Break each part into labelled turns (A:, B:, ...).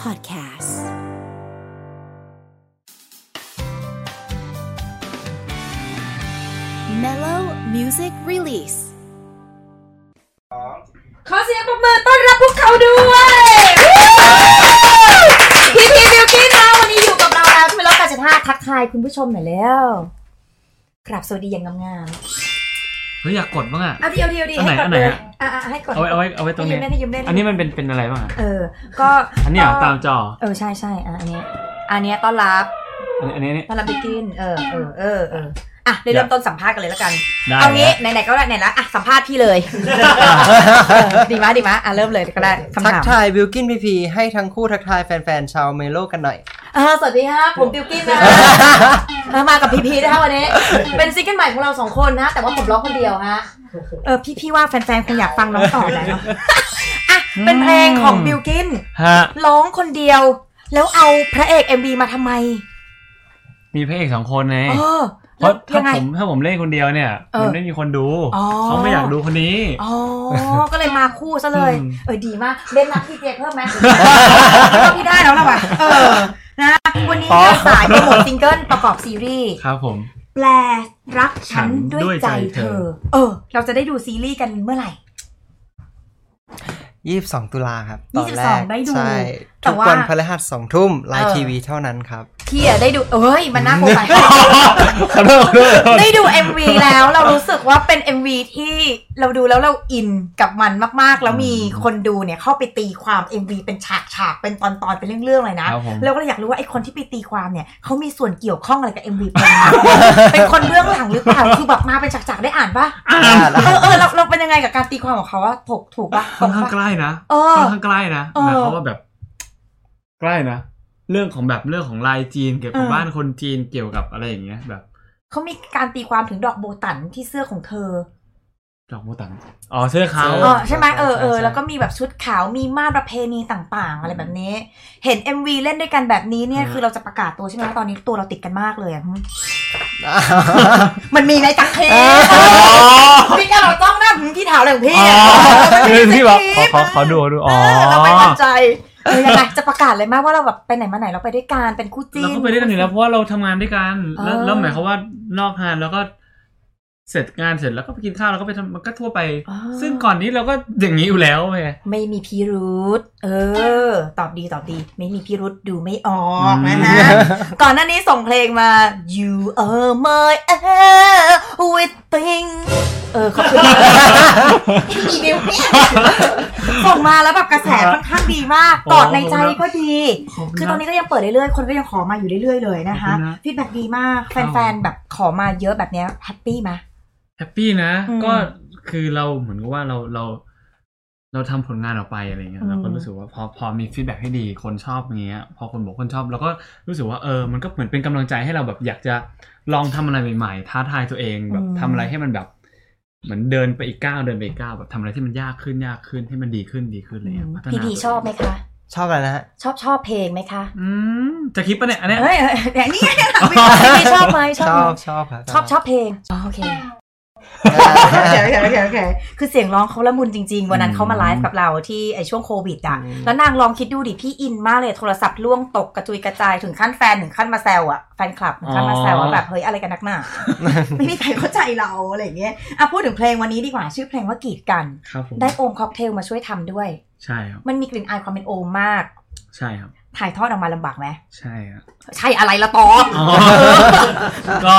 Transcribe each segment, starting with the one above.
A: Podcast Mellow Music Release
B: ขอเสียงปรบมือต้อนรับพวกเขาด้วย พีพีบิวตี้นะวันนี้อยู่กับเราแล้วที่ร้อยแปดสิบห้าทักทายคุณผู้ชมหน่อยแล้วกราบสวัสดีอย่างงาม
C: เฮ้ยอยากกดบ้างอ่ะ
B: ๆเอาดีเอาดีเอาดี
C: อัน
B: ให้กด
C: ไหนอันไหน
B: เลย
C: อะ
B: อ่ะๆให้กด
C: เอาไว้เอาไว้เอาไว้ตรง
B: ให้ยื
C: นี้
B: มเล่นให้ยืมเล่น
C: อันนี้มันเป็นเป็นอะไรบ้างอะ
B: เออ ก็
C: อันนี้เหรอตามจอ
B: เออใช่ใช่อ่ะอันนี้ อันเนี้ยต้อนรับ
C: อันนี้อันนี้
B: ต้
C: อันนี้
B: อนรับบิ๊กกินเออเออเออเอออ่ะได้เริ่มต้นสัมภาษณ์กันเลยแล้วกัน
C: ได้
B: เอางี้ไหนๆก็ได้ไหนละอ่ะสัมภาษณ์พี่ เลยเออดีมะดีมะอ่ะเริ่มเลยก็ได้คำ
D: ทัก
B: ถาม
D: ทายวิลกินพีพีให้ทั้งคู่ทักทายแฟนๆชาวเมโลกันหน่อย
B: อ่าสวัสดี ครับผมบิวกิ้นนะเออมากับพีพีด้วยค่ะวันนี้ เป็นซิงเกิลใหม่ของเราสองคนนะ แต่ว่าผมร้องคนเดียว ฮะเออพี่พี่ว่าแฟนๆคงอยากฟังน้องต่อแหล้ว อ่ะ เป็นเพลงของบิวกิ้น
C: ฮะ
B: ร้องคนเดียว แล้วเอาพระเอก MV มาทำไม
C: มีพระเอกสองคนไง
B: เออ
C: เพ
B: แล้ว
C: ราะถ้า
B: ยังไง
C: ผมถ้าผมเล่นคนเดียวเนี่ย
B: เออ
C: มันไม่มีคนดู
B: อ๋อ
C: เขาไม่อยากดูคนนี้
B: อ๋อ ก็เลยมาคู่ซะเลย
C: อืม
B: เออดีมากเล่นนักพี่เจเพิ่ม ไหม ก็พี่ได้แล้วล่ะว่ะเออนะวันนี้เนี่ยสายโปรโมทซิงเกิลประกอบซีรีส์
C: ครับผม
B: แปลรักฉันด้วยใจเธอ เออ เราจะได้ดูซีรีส์กันเมื่อไหร่
D: 22 ตุลาครับตอนแรก
B: 22ได้ดู
D: ใช่
B: แต่
D: ทุก
B: ว่า
D: วันพฤหัสสองทุ่มไล
B: เออ
D: น์ทีวีเท่านั้นครับ
B: พี่อะได้ดูเอ้ย มันน่าโกงไป
C: ขอโทษขอโทษขอโทษ
B: ได้ดู MV แล้วเรารู้สึกว่าเป็น MV ที่เราดูแล้วเราอินกับมันมากๆ แล้วมีคนดูเนี่ยเข้าไปตีความ MV เป็นฉากฉากๆเป็นตอนตอนๆเป็นเรื่องๆเลยนะ
C: ครับผม
B: เราก็เลยอยากรู้ว่าไอ้คนที่ไปตีความเนี่ยเขามีส่วนเกี่ยวข้องอะไรกับ MV เป็นไหม เป็นคนเบื้องหลังหรือเปล่าคือแบบมาเป็นฉากๆได้อ่านปะ
C: อ่าน
B: เออเออเราเราเป็นยังไงกับการตีความของเขาว่าถูกถูกปะตร
C: ค่อน
B: ง
C: ข้าง
B: ปะ
C: ใกล้นะ
B: เออ
C: ค่อนข้างใกล้นะ
B: เออ
C: หมายความว่าแบบ ใกล้นะ เรื่องของแบบเรื่องของลายจีนเกี่ยวกับ
B: เออ
C: บ้านคนจีนเกี่ยวกับอะไรอย่างเงี้ย แบบ
B: เขามีการตีความถึงดอกโบตันที่เสื้อของเธอ
C: ดอกโมตันอ๋อเสื้อเขา
D: เอ
B: เออใช่ไหมเออเออ
D: ใช่ใช่
B: แล้วก็มีแบบชุดขาวมีมาตรประเพณีต่างๆ อะไรแบบนี้ เห็น MV เล่นด้วยกันแบบนี้เนี่ย
C: อืม
B: คือเราจะประกาศตัวใช่ไหมว่าตอนนี้ตัวเราติดกันมากเลยอะหึมันมีในจักรเพลงพี่แกเราต้องหน้าหึพี่ถาวอะไรของพี่
C: อ๋อ
B: อะ
C: เออพี่บอก
B: เ
C: ขอขอขอดูขอดู อ๋อ
B: เออเราไม่มั่นใจเออยังไงจะประกาศเลยไหมว่าเราแบบไปไหนมาไหนเราไปด้วยกันเป็นคู่จิ้น
C: เราก็ไปด้วยกันอยู่แล้วเพราะว่าเราทำงานด้วยกัน แล้ว
B: เออ
C: แล้วหมายความว่านอกงานแล้วก็เสร็จงานเสร็จแล้วก็ไปกินข้าวแล้วก็ไปทำมันก็ทั่วไป
B: อ๋อ
C: ซึ่งก่อนนี้เราก็อย่างนี้อยู่แล้วไง
B: ไม่มีพิรุษเอ อ ตอบดีตอบดี ไม่มีพิรุษดูไม่ออกนะฮ ะ ก่อนหน้านี้ส่งเพลงมา you are my everything เออขอบคุณ อีเมลเนี่ยส่งมาแล้วแบบกระแสค่อนข้างดีมาก กอดในใจก็ดี คือตอนนี้ก็ยังเปิดเรื่อยๆ คนก็ยังขอมาอยู่เรื่อยๆ เลยนะคะ
C: ขอบคุณนะ
B: ฟีดแบ็กดีมาก แฟนๆ แบบขอมาเยอะแบบเนี้ยแฮปปี้ไหม
C: แฮปปี้นะ
B: อืม
C: ก็คือเราเหมือนกับว่าเราเรา เราทำผลงานออกไปอะไรเงี้
B: อื
C: ย
B: ม
C: เราก็รู้สึกว่าพอพอมีฟีดแบ็ให้ดีคนชอบเงี้ย พอคนบอกคนชอบเราก็รู้สึกว่าเออมันก็เหมือนเป็นกำลังใจให้เราแบบอยากจะลองทำอะไรใหม่ๆท้าทายตัวเองแบบ
B: อืม
C: ทำอะไรให้มันแบบ เหมือนเดินไปอีกก้าวเดินไปอีกก้าวแบบทำอะไรที่มันยากขึ้นยากขึ้นให้มันดีขึ้นดีขึ้นอะไรเลยพัฒนา
B: พี่พีชอบไหมคะ
D: ชอบอะไรนะฮะ
B: ชอบชอบเพลงไหมคะ
C: อืมจะคิดปะเนี่ยอันเนี้ย
B: เฮ้ยเฮ้ยเนี่ยนี่พี่พีชอบไหมช
D: ช
B: อบไห
D: อ
B: ม
D: บชอบครับ
B: ชอบชอบเพลงอ๋อโอเค โอ
D: อ่า
B: เคโอเคโอเคโอเคคือเสียงร้องเขาละมุนจริง ๆ วันนั้นเขามาไลฟ์กับเราที่ไอช่วงโควิดอ่ะ
D: อืม
B: แล้วนางลองคิดดูดิ พี่อินมากเลยโทรศัพท์ล่วงตกกระจุยกระจายถึงขั้นแฟนถึงขั้นมาแซวอ่ะ แฟนคลับถึงขั้นมาแซวว่าแบบ เฮ้ย อะไรกันนักหนา ไม่มีใครเข้าใจเราอะไรอย่างเงี้ยอ่ะพูดถึงเพลงวันนี้ดีกว่าชื่อเพลงว่ากีดกัน
C: ครับผม
B: ได้โอมค็อกเทลมาช่วยทำด้วย
C: ใช่ครับ
B: มันมีกลิ่นอายความเป็นโอมมาก
C: ใช่ครับ
B: ถ่ายทอดออกมาลำบากไหม
C: ใช่ครับ
B: ใช่อะไรละตอบ
C: อ๋อ ก็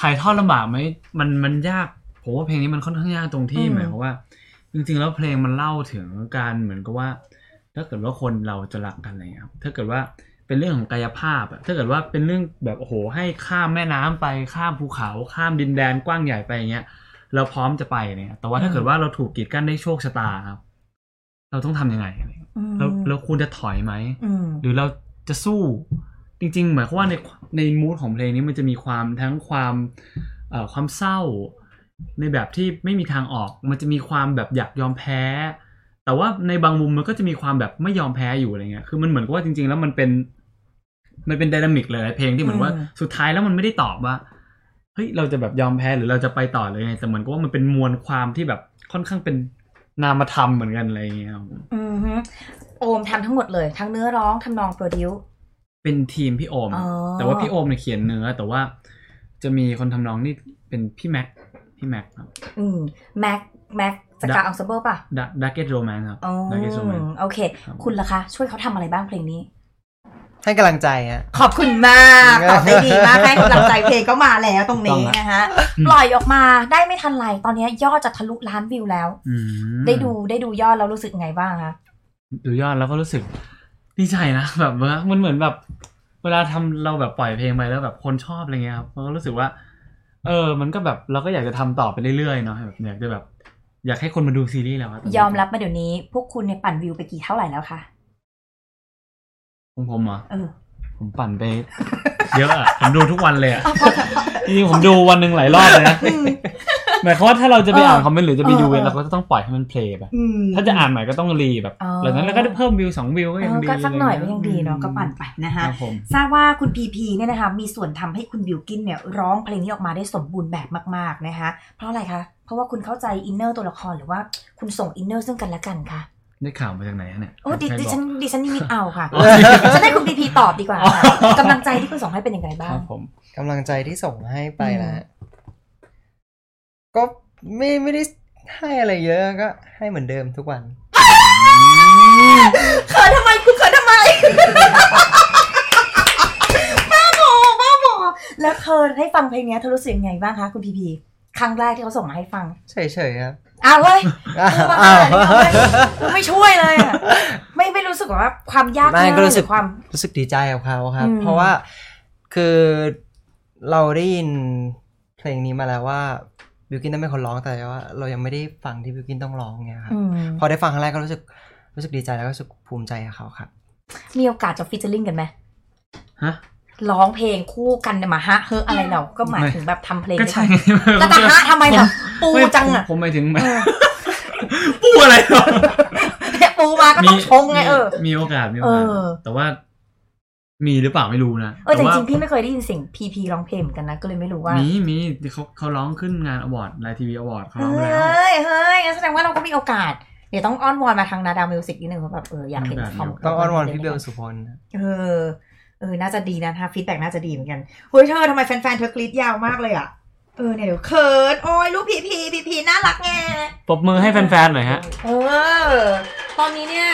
C: ถ่ายทอดลำบากไหมมันมันยากผมว่าเพลงนี้มันค่อนข้างยากตรงที่
B: อืม
C: หมายความว่า จริงๆแล้วเพลงมันเล่าถึงการเหมือนกับว่า ถ้าเกิดว่าคนเราจะรักกันอะไรอย่างเงี้ยครับถ้าเกิดว่าเป็นเรื่องของกายภาพอะถ้าเกิดว่าเป็นเรื่องแบบโอ้โหให้ข้ามแม่น้ำไปข้ามภูเขาข้ามดินแดนกว้างใหญ่ไปอย่างเงี้ย เราพร้อมจะไปเนี่ยแต่ว่าถ้าเกิดว่าเราถูกกีดกันได้วยโชคชะตาครับ เราต้องทำยังไงอะไรเงี้ย
B: อืม
C: เราเราควรจะถอยไหม
B: อืม
C: หรือเราจะสู้จริงๆ หมายความว่าในในมูดของเพลงนี้มันจะมีความทั้งความเอ่อความเศร้า ในแบบที่ไม่มีทางออก มันจะมีความแบบอยากยอมแพ้ แต่ว่าในบางมุมมันก็จะมีความแบบไม่ยอมแพ้อยู่อะไรเงี้ยคือมันเหมือนกับว่าจริง ๆ แล้วมันเป็น มันเป็นไดนามิกเลยเพลงที่เหมือนว่า
B: อืม
C: สุดท้ายแล้วมันไม่ได้ตอบว่าเฮ้ยเราจะแบบยอมแพ้หรือเราจะไปต่อเลยไงแต่เหมือนกับว่ามันเป็นมวลความที่แบบค่อนข้างเป็น นามธรรมเหมือนกันอะไรอย่างเงี้ยครับ
B: อือฮึโอมทำทั้งหมดเลย ทั้งเนื้อร้องทำนองโปรดิวซ์
C: เป็นทีมพี่โอม
B: อ๋อ
C: แต่ว่าพี่โอมเนี่ยเขียนเนื้อ แต่ว่าจะมีคนทำนองนี่เป็นพี่แม็กพี่แม็กครับ
B: อืมแม็กแม็กสกาอังเซเบิลป่ะ
C: ดักเก็ตโรแมนครับ
B: อ๋อ
C: ดักเก็ตโรแมน
B: โอเค
C: ครับ
B: คุณล่ะคะ ช่วยเขาทำอะไรบ้างเพลงนี้
D: ให้กำลังใจฮะ
B: ขอบคุณมาก ตอบได้ดีมากให้กำลังใจเพลงก็มาแล้วตรงนี้นะคะปล่อยออกมาได้ไม่ทันไรตอนนี้ยอดจะทะลุล้านวิวแล้ว ได้ดูได้ดูยอดแล้วรู้สึกไงบ้างคะ
C: ดูยอดแล้วก็รู้สึกดีใจนะ แบบว่ามันเหมือนแบบ เวลาทำเราแบบปล่อยเพลงไปแล้วแบบคนชอบอะไรเงี้ยครับมันก็รู้สึกว่า เออ มันก็แบบเราก็อยากจะทำต่อไปเรื่อยๆเนาะแบบอยากจะแบบ อยากให้คนมาดูซีรีส์แล้วครับ
B: ยอมรับมาเดี๋ยวนี้ พวกคุณเนี่ยปั่นวิวไปกี่เท่าไหร่แล้วคะ
C: ผมผมเหรอ
B: เออ
C: ผมปั่น ไป เยอะอะผมดูทุกวันเลยอะจริงๆผมดูวันหนึ่งหลายรอบเลยนะ
B: อืม
C: หมายความว่าถ้าเราจะไป
B: เออ
C: อ่านคอมเมนต์หรือจะไปดู
B: เออ
C: เองเราก็จะต้องปล่อยให้มันเพลย์ไป
B: อืม
C: ถ้าจะอ่านใหม่ก็ต้องรีแบบ
B: อ๋อ
C: หลังจากนั้นเราก็ได้เพิ่มวิวสองวิวก็
B: เอ
C: ยัง
B: อ
C: ดี
B: ก็สักหน่อยก็ยังดีเนาะ
C: อืม
B: ก็ปั่นไปนะ
C: ค
B: คะ
C: รับผม
B: ทราบว่าคุณพีพีเนี่ยนะคะมีส่วนทำให้คุณบิวกินเนี่ยร้องเพลงนี้ออกมาได้สมบูรณ์แบบมากๆนะคะ เพราะอะไรคะ เพราะว่าคุณเข้าใจอินเนอร์ตัวละครหรือว่าคุณส่งอินเนอร์ซึ่งกันและกันค่ะ
C: ได้ข่าวมาจากไหนฮะเนี่ย
B: โอ้ดิ
C: ใคร
B: ดิ
C: บอก
B: ฉันดิฉันนิมิตเอา ค่ะ
C: อ๋อ
B: ฉันให้คุณพีพีตอบดีกว่า ค่ะ
C: อ๋อ
B: กำลังใจที่คุณส่งให้เป็นยังไงบ้า
C: ค
B: ง
C: รับผม
D: กำลังใจที่ส่งให้ไปนะฮะก็ไม่ไม่ได้ให้อะไรเยอะก็ให้เหมือนเดิมทุกวัน
B: เขินทำไมคุณเขินทำไม บ้าหมอบ้าหมอแล้วเธอให้ฟังเพลงเนี้ยเธอรู้สึกยังไงบ้างคะคุณพีพีครั้งแรกที่เขาส่งมาให้ฟัง
D: เฉยๆครับ
B: อ้าวเว้ย
D: อ้าว
B: เออว่าอะไรเนี่ยเว้ย ไม่ช่วยเลยอะไม่ไม่รู้สึกว่าความยาก
D: ไม่
B: ง่าย
D: ก็รู้สึก
B: หอความ
D: รู้สึกดีใจกับเขาครับ
B: อืม
D: เพราะว่าคือเราได้ยินเพลงนี้มาแล้วว่าบิวกินต้องเป็นคนร้องแต่ว่า เรายังไม่ได้ฟังที่บิวกินต้องร้องไงครับ
B: อืม
D: พอได้ฟังครั้งแรกก็รู้สึกรู้สึกดีใจแล้วก็รู้สึกภูมิใจกับเขาครับ
B: มีโอกาสจะฟีเจอริ่งกันไหม
C: ฮะ
B: ร้องเพลงคู่กันเนี่ยมาฮะเฮออะไรเราก็หมายถึงแบบทำเพลง
C: ก็ใช่
B: ด้วยกันแล้วแต่ฮะทำไมล่ะปู
C: ไม่
B: จังอ่ะ
C: ผมผมหมายถึง
B: เออ
C: ปูอะไรหรอ
B: เนี่ยปูมาก็ต้องชงไงเออ
C: มีมีโอกาสมีโอกาส
B: เออ
C: แต่ว่า มีหรือเปล่าไม่รู้นะ
B: เออแต่จ
C: ว่า
B: ริงๆพี่ไม่เคยได้ยินเสียงพีพีร้องเพลงเหมือนกันนะ ก็เลยไม่รู้ว่า
C: มีมีเขาเขาร้องขึ้นงานอวอร์ดไลทีวีอวอร์ดเขา
B: เฮ
C: ร้องไปแล้ว
B: ้ย เฮ้ยงั้นแสดงว่าเราก็มีโอกาส เดี๋ยวต้องอ้อนวอนมาทางนาดาวมิวสิกนิดนึงว่าแบบเอออยากเห็น
C: นาดาว
B: คอม
D: ต้องอ้อนวอนพี่เบลสุพลนะ
B: เออ เออ น่าจะดีนะฮะฟีดแบ็น่าจะดีเหมือนกัน เฮ้ยเธอทำไมแฟนๆเธอกรี๊ดยาวมากเลยอ่ะ เออเนี่ยเดี๋ยวเขิน โอ้ยลูกพีพีพีพีน่ารักไง
C: ปรบมือให้แฟนๆหน่อยฮะ
B: เออ ตอนนี้เนี่ย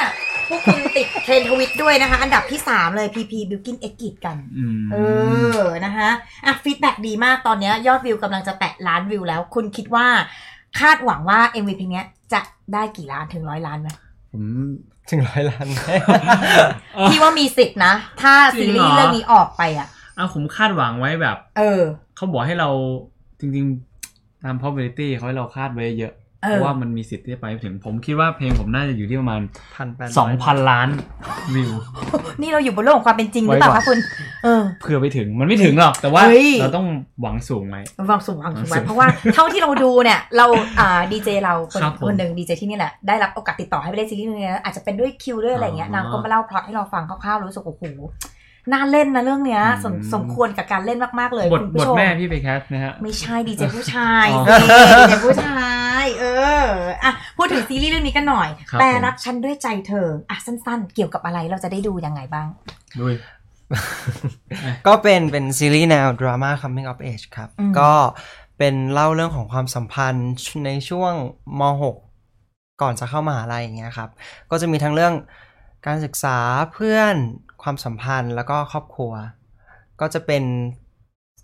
B: พวกคุณติดเทรนด์ทวิตด้วยนะคะ อันดับที่สามเลยพีพีบิวกินเอ็กกิดกัน
C: อืม
B: เออ นะคะอ่ะฟีดแบ็ดีมากตอนเนี้ยยอดวิวกำลังจะแตะล้านวิวแล้ว คุณคิดว่า คาดหวังว่า MV เพลงเนี้ยจะได้กี่ล้านถึงร้อย ล้านไหม
C: ผม
D: ถึงร้อยล้ านไหม
B: พี่ว่ามีสิทธิ์นะ ถ้าซีรีส์เรื่องนี้ออกไปอ่ะ
C: เอาผมคาดหวังไว้แบบ
B: เออ
C: เขาบอกให้เราจริงๆ ตาม probability เขาให้เราคาดไว้เยอะ
B: เออ
C: เพราะว่ามันมีสิทธิ์ที่จะไปถึง ผมคิดว่าเพลงผมน่าจะอยู่ที่ประมาณ
D: พันแปดร้ย
C: 2,000 ล้านวิว
B: นี่เราอยู่บนโลกของความเป็นจริงหรือเปล่า
C: ไว้ก่
B: คะ
C: อน
B: คุณ เออ
C: เผื่อไปถึงมันไม่ถึงหรอก แต่ว่า
B: เฮ้ย
C: เราต้องหวังสูงไหม
B: หวังสูงหวังสูง
C: หวังสู
B: ไว้
C: ง
B: เพ ราะว่าเท่าที่เราดูเนี่ย เราอ่าดีเจเราคน
C: ครับผม
B: คนหนึ่งดีเจที่นี่แหละ ได้รับโอกาสติดต่อให้ไปเล่นซีรีส์เรื่องนี้อาจจะเป็นด้วยคิวด้วยอะไรอย่างเงี้
C: อ๋อน
B: ยางก็มาเล่าพล็อตให้เราฟังคร่าวๆรู้สึกโอ้โหน่าเล่นนะเรื่องเนี้ยสม
C: อืม
B: สมควรกับการเล่นมากๆเลย
C: บท
B: คุณ
C: บ
B: ผู้
C: ท
B: ชม
C: แม่พี่ไปแคสนะฮะ
B: ไม่ใช่ดีเจผู้ชาย
C: อ๋อ
B: สิดีเจผู้ชาย เอออ่ะพูดถึงซีรีส์เรื่องนี้กันหน่อย
C: ครับ
B: แปลรักฉันด้วยใจเธออ่ะสั้นๆ เกี่ยวกับอะไรเราจะได้ดูยังไงบ้าง
C: ด้วย
D: ก็เป็นเป็นซีรีส์แนวดราม่า coming of age ครับ
B: อืม
D: ก็เป็นเล่าเรื่องของความสัมพันธ์ในช่วงม .6 ก่อนจะเข้ามหาลัยอย่างเงี้ยครับ ก็จะมีทั้งเรื่องการศึกษาเพื่อนความสัมพันธ์แล้วก็ครอบครัว ก็จะเป็น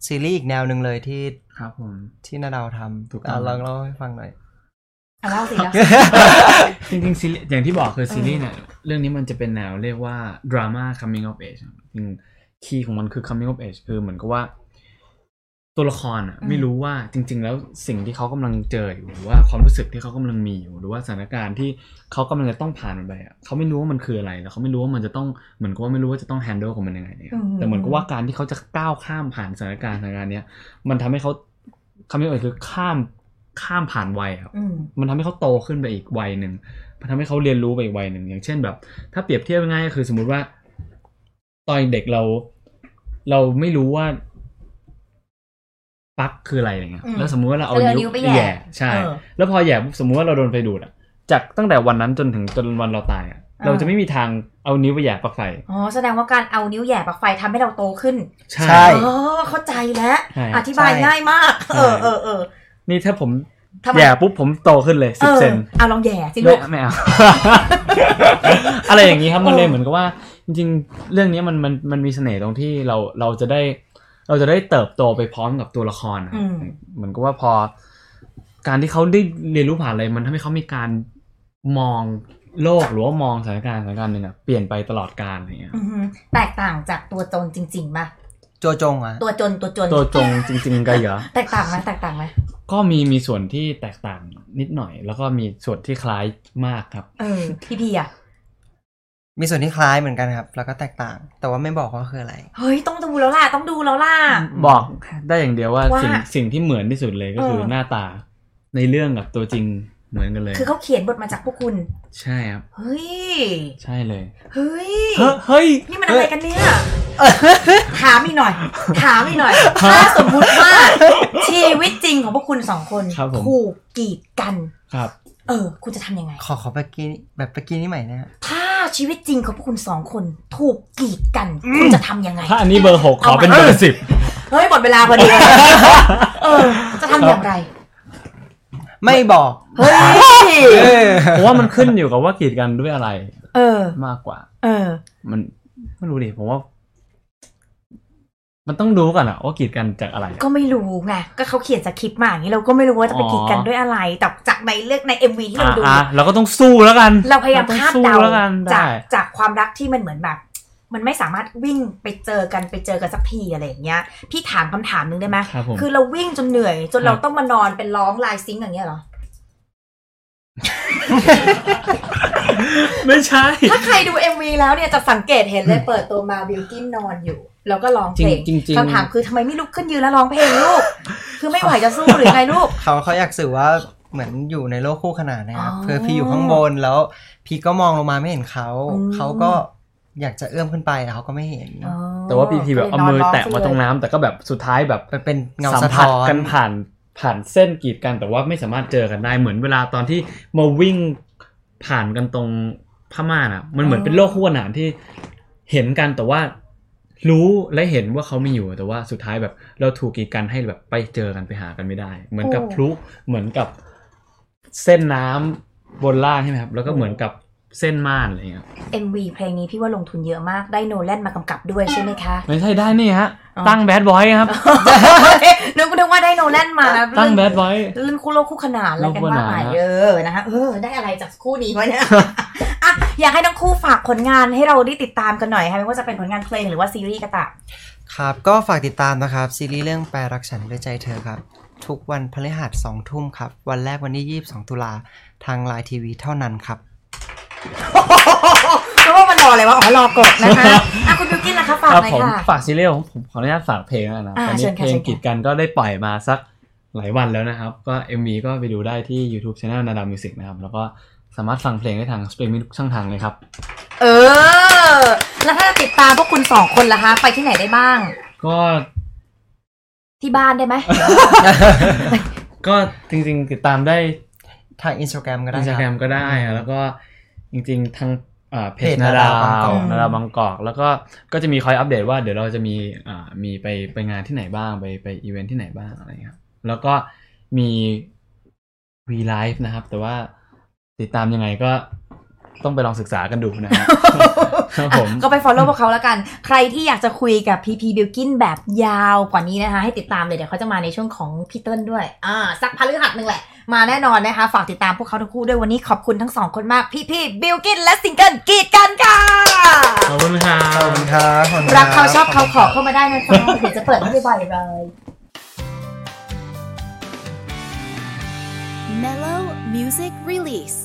D: ซีรีส์อีกแนวหนึ่งเลยที่
C: ครับผม
D: ที่นาดาวท
C: ถูก
D: ำ
C: ต้อง
D: อ่ะลองเล่าให้ฟังหน่อย
B: อ่ะเล่าสิแล้ว
C: จริงๆซีรีส์อย่างที่บอกคือซีรีส์เนี่ยเรื่องนี้มันจะเป็นแนวเรียกว่าดราม่า coming of age ครับจริงคีย์ของมันคือ coming of age คือเหมือนกับว่า ตัวละครอ่ะ
B: อืม
C: ไม่รู้ว่าจริง ๆ แล้วสิ่งที่เขากำลังเจออยู่หรือว่าความรู้สึกที่เขากำลังมีอยู่ หรือว่าสถานการณ์ที่เขากำลังจะต้องผ่านมันไปอ่ะเขาไม่รู้ว่ามันคืออะไรแล้วเขาไม่รู้ว่ามันจะต้องเหมือนกับว่าไม่รู้ว่าจะต้อง handle กับมันยังไงเนี่ย
B: อื
C: แต่เหมือนกับว่าการที่เขาจะก้าวข้ามผ่านสถานการณ์สถานการณ์เนี้ยมันทำให้เขาคำนี้เอ่ยคือข้ามข้ามผ่านวัยครับ
B: อืม
C: มันทำให้เขาโตขึ้นไปอีกวัยหนึ่ง มันทำให้เขาเรียนรู้ไปอีกวัยหนึ่ง อย่างเช่นแบบ ถ้าเปรียบเทียบง่ายๆก็คือสมมุติว่า ตอนเด็กเรา เราไม่รู้ว่าปลั๊กคืออะไรอย่างเงี้ย
B: อืม
C: แล้วสมมุติว่าเราเอา
B: เราเอานิ้
C: นิ้
B: ว
C: ว
B: ไป
C: ไป
B: แหย่
C: แหย่ ใช่
B: เออ
C: แล้วพอแหย่ปุ๊บสมมุติว่าเราโดนไฟดูดอะ จากตั้งแต่วันนั้นจนถึงจนวันเราตายอะเราจะไม่มีทางเอานิ้วไปแหย่ปลั๊กไฟ
B: อ๋อแสดงว่าการเอานิ้วแหย่ปลั๊กไฟทำให้เราโตขึ้น
C: ใช่
D: ใช่
B: เออเข้าใจแล้ว
C: ใช่
B: อธิบาย
D: ใช่
B: ง่ายมาก
C: ใช่
B: เออเออเออ
C: นี่ถ้าผม
B: ทำไม
C: แหย่ปุ๊บผมโตขึ้นเลยสิบเซน
B: เอาลองแหย่สิลู
C: ไม่
B: ก
C: ไม่เอา อะไรอย่างนี้ ครับมันเลย
B: เออ
C: เหมือนกับว่า จริง ๆ เรื่องนี้มันมันมันมีเสน่ห์ตรงที่เราเราจะได้ เราจะได้เติบโตไปพร้อมกับตัวละครนะค
B: อื
C: รับ
B: ม
C: เหมือนกับว่าพอ การที่เขาได้เรียนรู้ผ่านอะไรมันทำให้เขามีการมองโลกหรือว่ามองสถานการณ์สถานการณ์หนึ่งอะเปลี่ยนไปตลอดกาลอะไรเงี้ย
B: อือหือแตกต่างจากตัวจนจริงๆป่ะ
D: โจโจงอ่ะ
B: ตัวจนตัวจน
C: ตัวจงจริง ๆ กันเหรอ
B: แตกต่างไหมแตกต่างไหม
C: ก็มีมีส่วนที่แตกต่างนิดหน่อย แล้วก็มีส่วนที่คล้ายมากครับ
B: เออพี่พีอ่ะ
D: มีส่วนที่คล้ายเหมือนกันครับ แล้วก็แตกต่าง แต่ว่าไม่บอกว่าคืออะไร
B: เฮ้ยต้องดูแล้วล่ะต้องดูแล้วล่ะ
C: บอกได้อย่างเดียวว่า
B: ว่า
C: สิ่งสิ่งที่เหมือนที่สุดเลยก็คือหน้าตาในเรื่องกับตัวจริงเหมือนกันเลย
B: คือเขาเขียนบทมาจากพวกคุณ
C: ใช่ครับ
B: เฮ้ย
C: ใช่เลย
B: เฮ้ย
C: เฮ้ยเฮ้ย
B: นี่มันอะไรกันเนี่ย ถามอีกหน่ อย ถามอีกหน่อย ถ้าสมมุติว่า ชีวิตจริงของพวกคุณสองคนถูกกีดกัน
C: ครับ
B: เออ คุณจะทำยังไง
D: ขอขอแบบกี้แบบเมื่อกี้นี่ใหม่นะฮะ
B: ถ้าชีวิตจริงของพวกคุณสองคน ถูกกีดกัน คุณจะทำยังไง
C: ถ้าอันนี้เบอร์หกขอ
B: เอามา
C: เป็นเบอร์สิบ
B: เฮ้ยหมดเวลาพอดี เออ จะทำอย่างไร
D: ไม่บอก
B: เฮ้ย
D: เออ
C: เพราะว่ามันขึ้นอยู่กับว่ากีดกันด้วยอะไร
B: เออ
C: มากกว่า
B: เออ
C: มันไม่รู้ดิผมว่า มันต้องรู้ก่อนอะว่ากีดกันจากอะไร
B: ก็ไม่รู้ไง ก็เขาเขียนสคริปต์มาอย่างนี้เราก็ไม่รู้ว่าจะไปกีดกันด้วยอะไร แต่จากในเลือกใน MV ที่
C: อ่ะ
B: เราดู
C: อ่ะเราก็ต้องสู้แล้วกัน
B: เราพยายาม
C: ต้อง
B: คาด
C: สู้
B: เดา
C: แล้วกัน
B: จาก
C: ได้
B: จากความรักที่มันเหมือนแบบ มันไม่สามารถวิ่งไปเจอกันไปเจอกันสักทีอะไรอย่างเงี้ย พี่ถามคำถามหนึงได้ไหม
C: ครับผม
B: อเราวิ่งจนเหนื่อย จน
C: ครับ
B: เราต้องมานอนเป็นร้องลายซิงค์อย่างเงี้ยเหรอ
C: ไม่ ใช่
B: ถ้าใครดู MV แล้วเนี่ยจะสังเกตเห็นเลยเปิดตัวมาบิลกิ้นนอนอยู่ แล้วก็ร้องเพลง
C: จริงจริง
B: คำถามคือทำไมไม่ลุกขึ้นยืนแล้วร้องเพลงลูก คือไม่ไหวจะสู้หรือไงลูก
D: เขาเขาอยากสื่อว่าเหมือนอยู่ในโลกคู่ขนานนะครับ
B: อ๋อ
D: เพื่อพี่อยู่ข้างบนแล้ว พี่ก็มองลงมาไม่เห็นเขา
B: อืม
D: เขาก็อยากจะเอื้อมขึ้นไปแต่เขาก็ไม่เห็น
B: อ๋อ
C: แต่ว่าพีพีแบบเอามือแตะมาตรงน้ำแต่ก็แบบสุดท้ายแบบ
D: มันเป็นเงา
C: สั
D: สะ
C: มผัส
D: ท้อน
C: กันผ่านผ่านเส้นกีดกันแต่ว่าไม่สามารถเจอกันได้เหมือนเวลาตอนที่มาวิ่งผ่านกันตรงพม่านอะมันเหมือนเป็นโลกคู่ขนานที่เห็นกันแต่ว่า รู้และเห็นว่าเขาไม่อยู่แต่ว่าสุดท้ายแบบเราถูกกีดกันให้แบบไปเจอกันไปหากันไม่ได้ เหมือนกับพลุเหมือนกับเส้นน้ำบนล่างใช่ไหมครับแล้วก็เหมือนกับเส้นม่านอะไรอย่างเงี้ย
B: เอ็มวีเพลงนี้พี่ว่าลงทุนเยอะมากได้โนแลนมากำกับด้วยใช่ไหมคะ
C: ไม่ใช่ได้นี่ฮะ
B: อ๋อ
C: ตั้งแบดบอยครับ
B: นึกนึกว่าได้โนแลนมานะ
C: ตั้งแบดบอย
B: เรื่องคู่โลกคู่ขนานอะไรกันมากมาย
C: โลกคู่ขนาน
B: เยอะนะคะเออ ได้อะไรจากคู่นี้วะเนี่ย อ่ะอยากให้ทั้งคู่ฝากผลงานให้เราได้ติดตามกันหน่อยค่ะไม่ว่าจะเป็นผลงานเพลงหรือว่าซีรีส์ก็ตาม
D: ครับ ก็ฝากติดตามนะครับ ซีรีส์เรื่องแปรรักฉันด้วยใจเธอครับ ทุกวันพฤหัสสองทุ่มครับ วันแรกวันที่ 22 ตุลาทางไลน์ทีวีเท่านั้นครับ
B: เพราะว่ามันรออะไรวะอ๋อรอกดนะคะอ่ะคุณบิวกินล่ะคะฝาก
C: ครับ
B: หน่อย
C: ผม
B: ค่ะ
C: ฝากซีรีส์ผมผมขออนุญาตฝากเพลงแล้วนะ
B: อ่า
C: ตอน
B: เชิ
C: นี้
B: ญค่ะ
C: เพล
B: เชิ
C: ง
B: ญค่ะ
C: กีดกันก็ได้ปล่อยมาสักหลายวันแล้วนะครับ ก็ MV ก็ไปดูได้ที่ YouTube Channel นาดามิวสิกนะครับ แล้วก็สามารถฟังเพลงได้ทางสตรีมมิ่งทุกช่องทางเลยครับ
B: เออ แล้วถ้าจะติดตามพวกคุณสองคนล่ะคะ ไปที่ไหนได้บ้าง
C: ก็
B: ที่บ้านได้ไหม
C: ก็จริงๆ ติดตามได้
D: ทาง Instagram ก็ได้
C: อินส
D: ค
C: ตา
D: รับ
C: แกรมก็ได้ แล้วก็จริงๆ ทางเอ่อเพจ
D: เพจ
C: นา
D: นา
C: ดา
D: ดาว บางกอก
C: นาดาบางกอก แล้วก็ก็จะมีคอยอัปเดตว่าเดี๋ยวเราจะมีอ่ามีไปไปงานที่ไหนบ้างไปไปอีเวนท์ที่ไหนบ้างอะไรอย่างเงี้ยครับแล้วก็มี V Live นะครับ แต่ว่าติดตามยังไงก็ต้องไปลองศึกษากันดูนะครับ ครับผม
B: อ่ะก็ไป follow พวกเขาแล้วกัน ใครที่อยากจะคุยกับพีพีบิลกินแบบยาวกว่านี้นะคะ ให้ติดตามเลย เดี๋ยวเขาจะมาในช่วงของพี่เติ้ลด้วย อ่า สักพฤหัสหนึ่งแหละ มาแน่นอนนะคะ ฝากติดตามพวกเขาทั้งคู่ด้วยวันนี้ขอบคุณทั้งสองคนมากพี่พีบิลกินและซิงเกิลกรีดกันค่ะ
C: ขอบคุณครั
D: ขอบบ คุณครับขอบคุณคบ
B: รักเขาชอบเขาขอเข้ามาได้นะจ๊ะเดี๋ยวจะเปิดให้บ่อยๆเลย
A: Mellow Music Release.